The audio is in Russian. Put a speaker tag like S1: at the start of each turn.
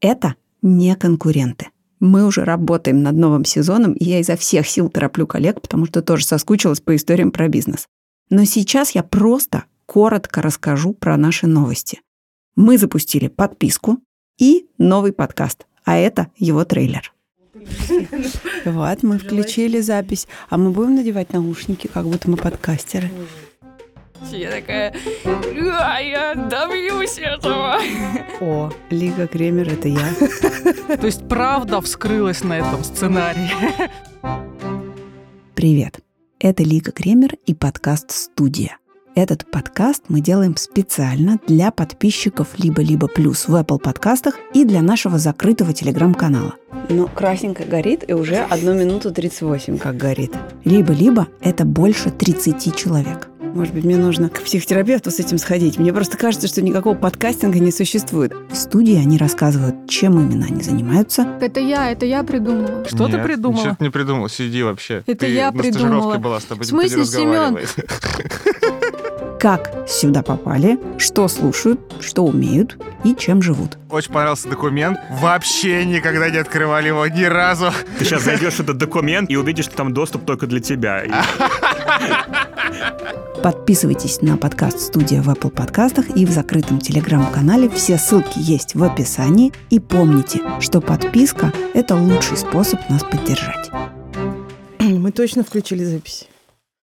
S1: Это не конкуренты. Мы уже работаем над новым сезоном, и я изо всех сил тороплю коллег, потому что тоже соскучилась по историям про бизнес. Но сейчас я просто коротко расскажу про наши новости. Мы запустили подписку и новый подкаст, а это его трейлер.
S2: Вот, мы включили запись. А мы будем надевать наушники, как будто мы подкастеры.
S3: Я такая, «А, я добьюсь этого.
S2: О, Лига Кремер, это я.
S4: То есть правда вскрылась на этом сценарии.
S1: Привет. Это Лика Кремер и подкаст «Студия». Этот подкаст мы делаем специально для подписчиков либо-либо плюс в Apple подкастах и для нашего закрытого телеграм-канала.
S2: Но красненько горит, и уже 1 минуту 38 как горит.
S1: Либо-либо это больше 30 человек.
S2: Может быть, мне нужно к психотерапевту с этим сходить. Мне просто кажется, что никакого подкастинга не существует.
S1: В студии они рассказывают, чем именно они занимаются.
S3: Это я, это я придумала.
S4: Что ты
S5: Нет, Ничего
S4: придумала?
S5: ты не придумал, сиди вообще.
S3: Это
S5: ты
S3: я
S5: на
S3: придумала.
S5: стажировке была, с тобой
S3: В
S5: никто не
S3: смысле, Семен?
S5: разговаривает.
S1: Как сюда попали, что слушают, что умеют и чем живут.
S5: Очень понравился документ. Вообще никогда не открывали его ни разу.
S6: Ты сейчас зайдешь в этот документ и увидишь, что там доступ только для тебя. И
S1: Подписывайтесь на подкаст «Студия» в Apple подкастах и в закрытом телеграм-канале. Все ссылки есть в описании. И помните, что подписка – это лучший способ нас поддержать.
S2: Мы точно включили запись.